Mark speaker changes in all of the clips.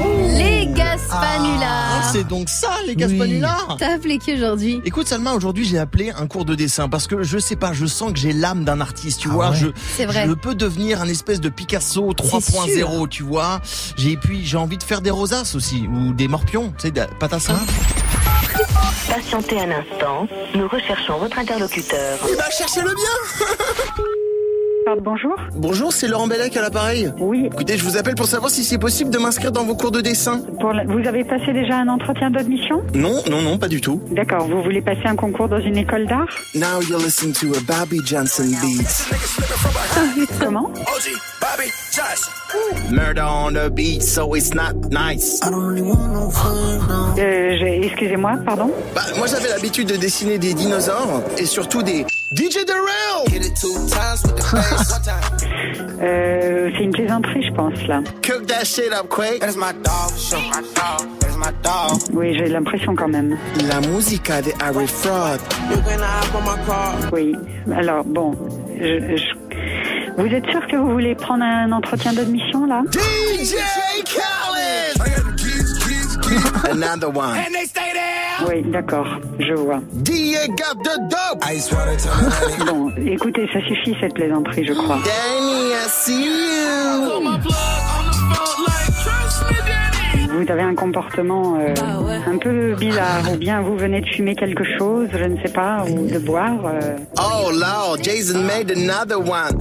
Speaker 1: Ah. Oh, c'est donc ça, les Gaspanular
Speaker 2: T'as appelé qui aujourd'hui
Speaker 1: Écoute Salma, aujourd'hui j'ai appelé un cours de dessin parce que je sais pas, je sens que j'ai l'âme d'un artiste, tu vois.
Speaker 3: ouais.
Speaker 1: Je,
Speaker 2: C'est vrai.
Speaker 1: je peux devenir un espèce de Picasso 3.0, tu vois. J'ai et puis j'ai envie de faire des rosaces aussi ou des morpions, tu sais, des patassins.
Speaker 4: Patientez un instant, nous recherchons votre interlocuteur.
Speaker 1: Il va chercher le Eh ben, bien.
Speaker 5: Pardon, bonjour.
Speaker 1: Bonjour, c'est Laurent Bellec à l'appareil.
Speaker 5: Oui,
Speaker 1: Écoutez, je vous appelle pour savoir si c'est possible de m'inscrire dans vos cours de dessin.
Speaker 5: pour la- vous avez passé déjà un entretien d'admission
Speaker 1: Non, non, non, pas du tout.
Speaker 5: D'accord, vous voulez passer un concours dans une école d'art
Speaker 1: Now you listen to a Barbie Johnson beat.
Speaker 2: Ah,
Speaker 5: Comment
Speaker 1: Murder on the beat, so it's not nice.
Speaker 5: euh, j'ai- Excusez-moi, pardon
Speaker 1: Bah, moi j'avais l'habitude de dessiner des dinosaures et surtout des DJ Darrell.
Speaker 5: euh, C'est une plaisanterie, je pense, là.
Speaker 1: Cook that shit up quick.
Speaker 5: Oui, j'ai l'impression quand même.
Speaker 1: La musica de Harry Fraud.
Speaker 5: Oui. Alors, bon, je- je- Vous êtes sûr que vous voulez prendre un entretien d'admission, là
Speaker 1: DJ Khaled. Another one.
Speaker 5: Oui, d'accord, je vois.
Speaker 1: DJ got the dope.
Speaker 5: Bon, écoutez, ça suffit, cette plaisanterie, je crois.
Speaker 1: Danny, I see you.
Speaker 5: Vous avez un comportement euh,
Speaker 2: Bah ouais.
Speaker 5: un peu bizarre, ou bien vous venez de fumer quelque chose, je ne sais pas, ou de boire. euh,
Speaker 1: Oh lord, Jason made another one.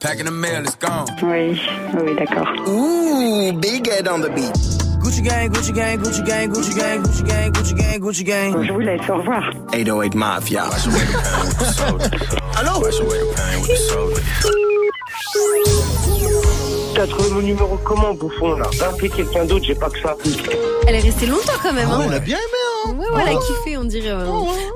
Speaker 6: Packing the mail, it's gone.
Speaker 5: Oui, oui, d'accord.
Speaker 1: Ooh, big head on the beat.
Speaker 3: Gucci gang, Gucci gang, Gucci gang, Gucci gang, Gucci gang, Gucci gang, Gucci gang.
Speaker 5: Je vous laisse, au revoir.
Speaker 1: 808 Mafia. Allô
Speaker 7: T'as trouvé mon numéro comment, bouffon, là Rappelez quelqu'un d'autre, j'ai pas que ça.
Speaker 2: Elle est restée longtemps quand même.
Speaker 1: Ah,
Speaker 2: Hein.
Speaker 1: On a bien aimé, hein
Speaker 2: Ouais, ouais, elle a kiffé, on dirait. euh,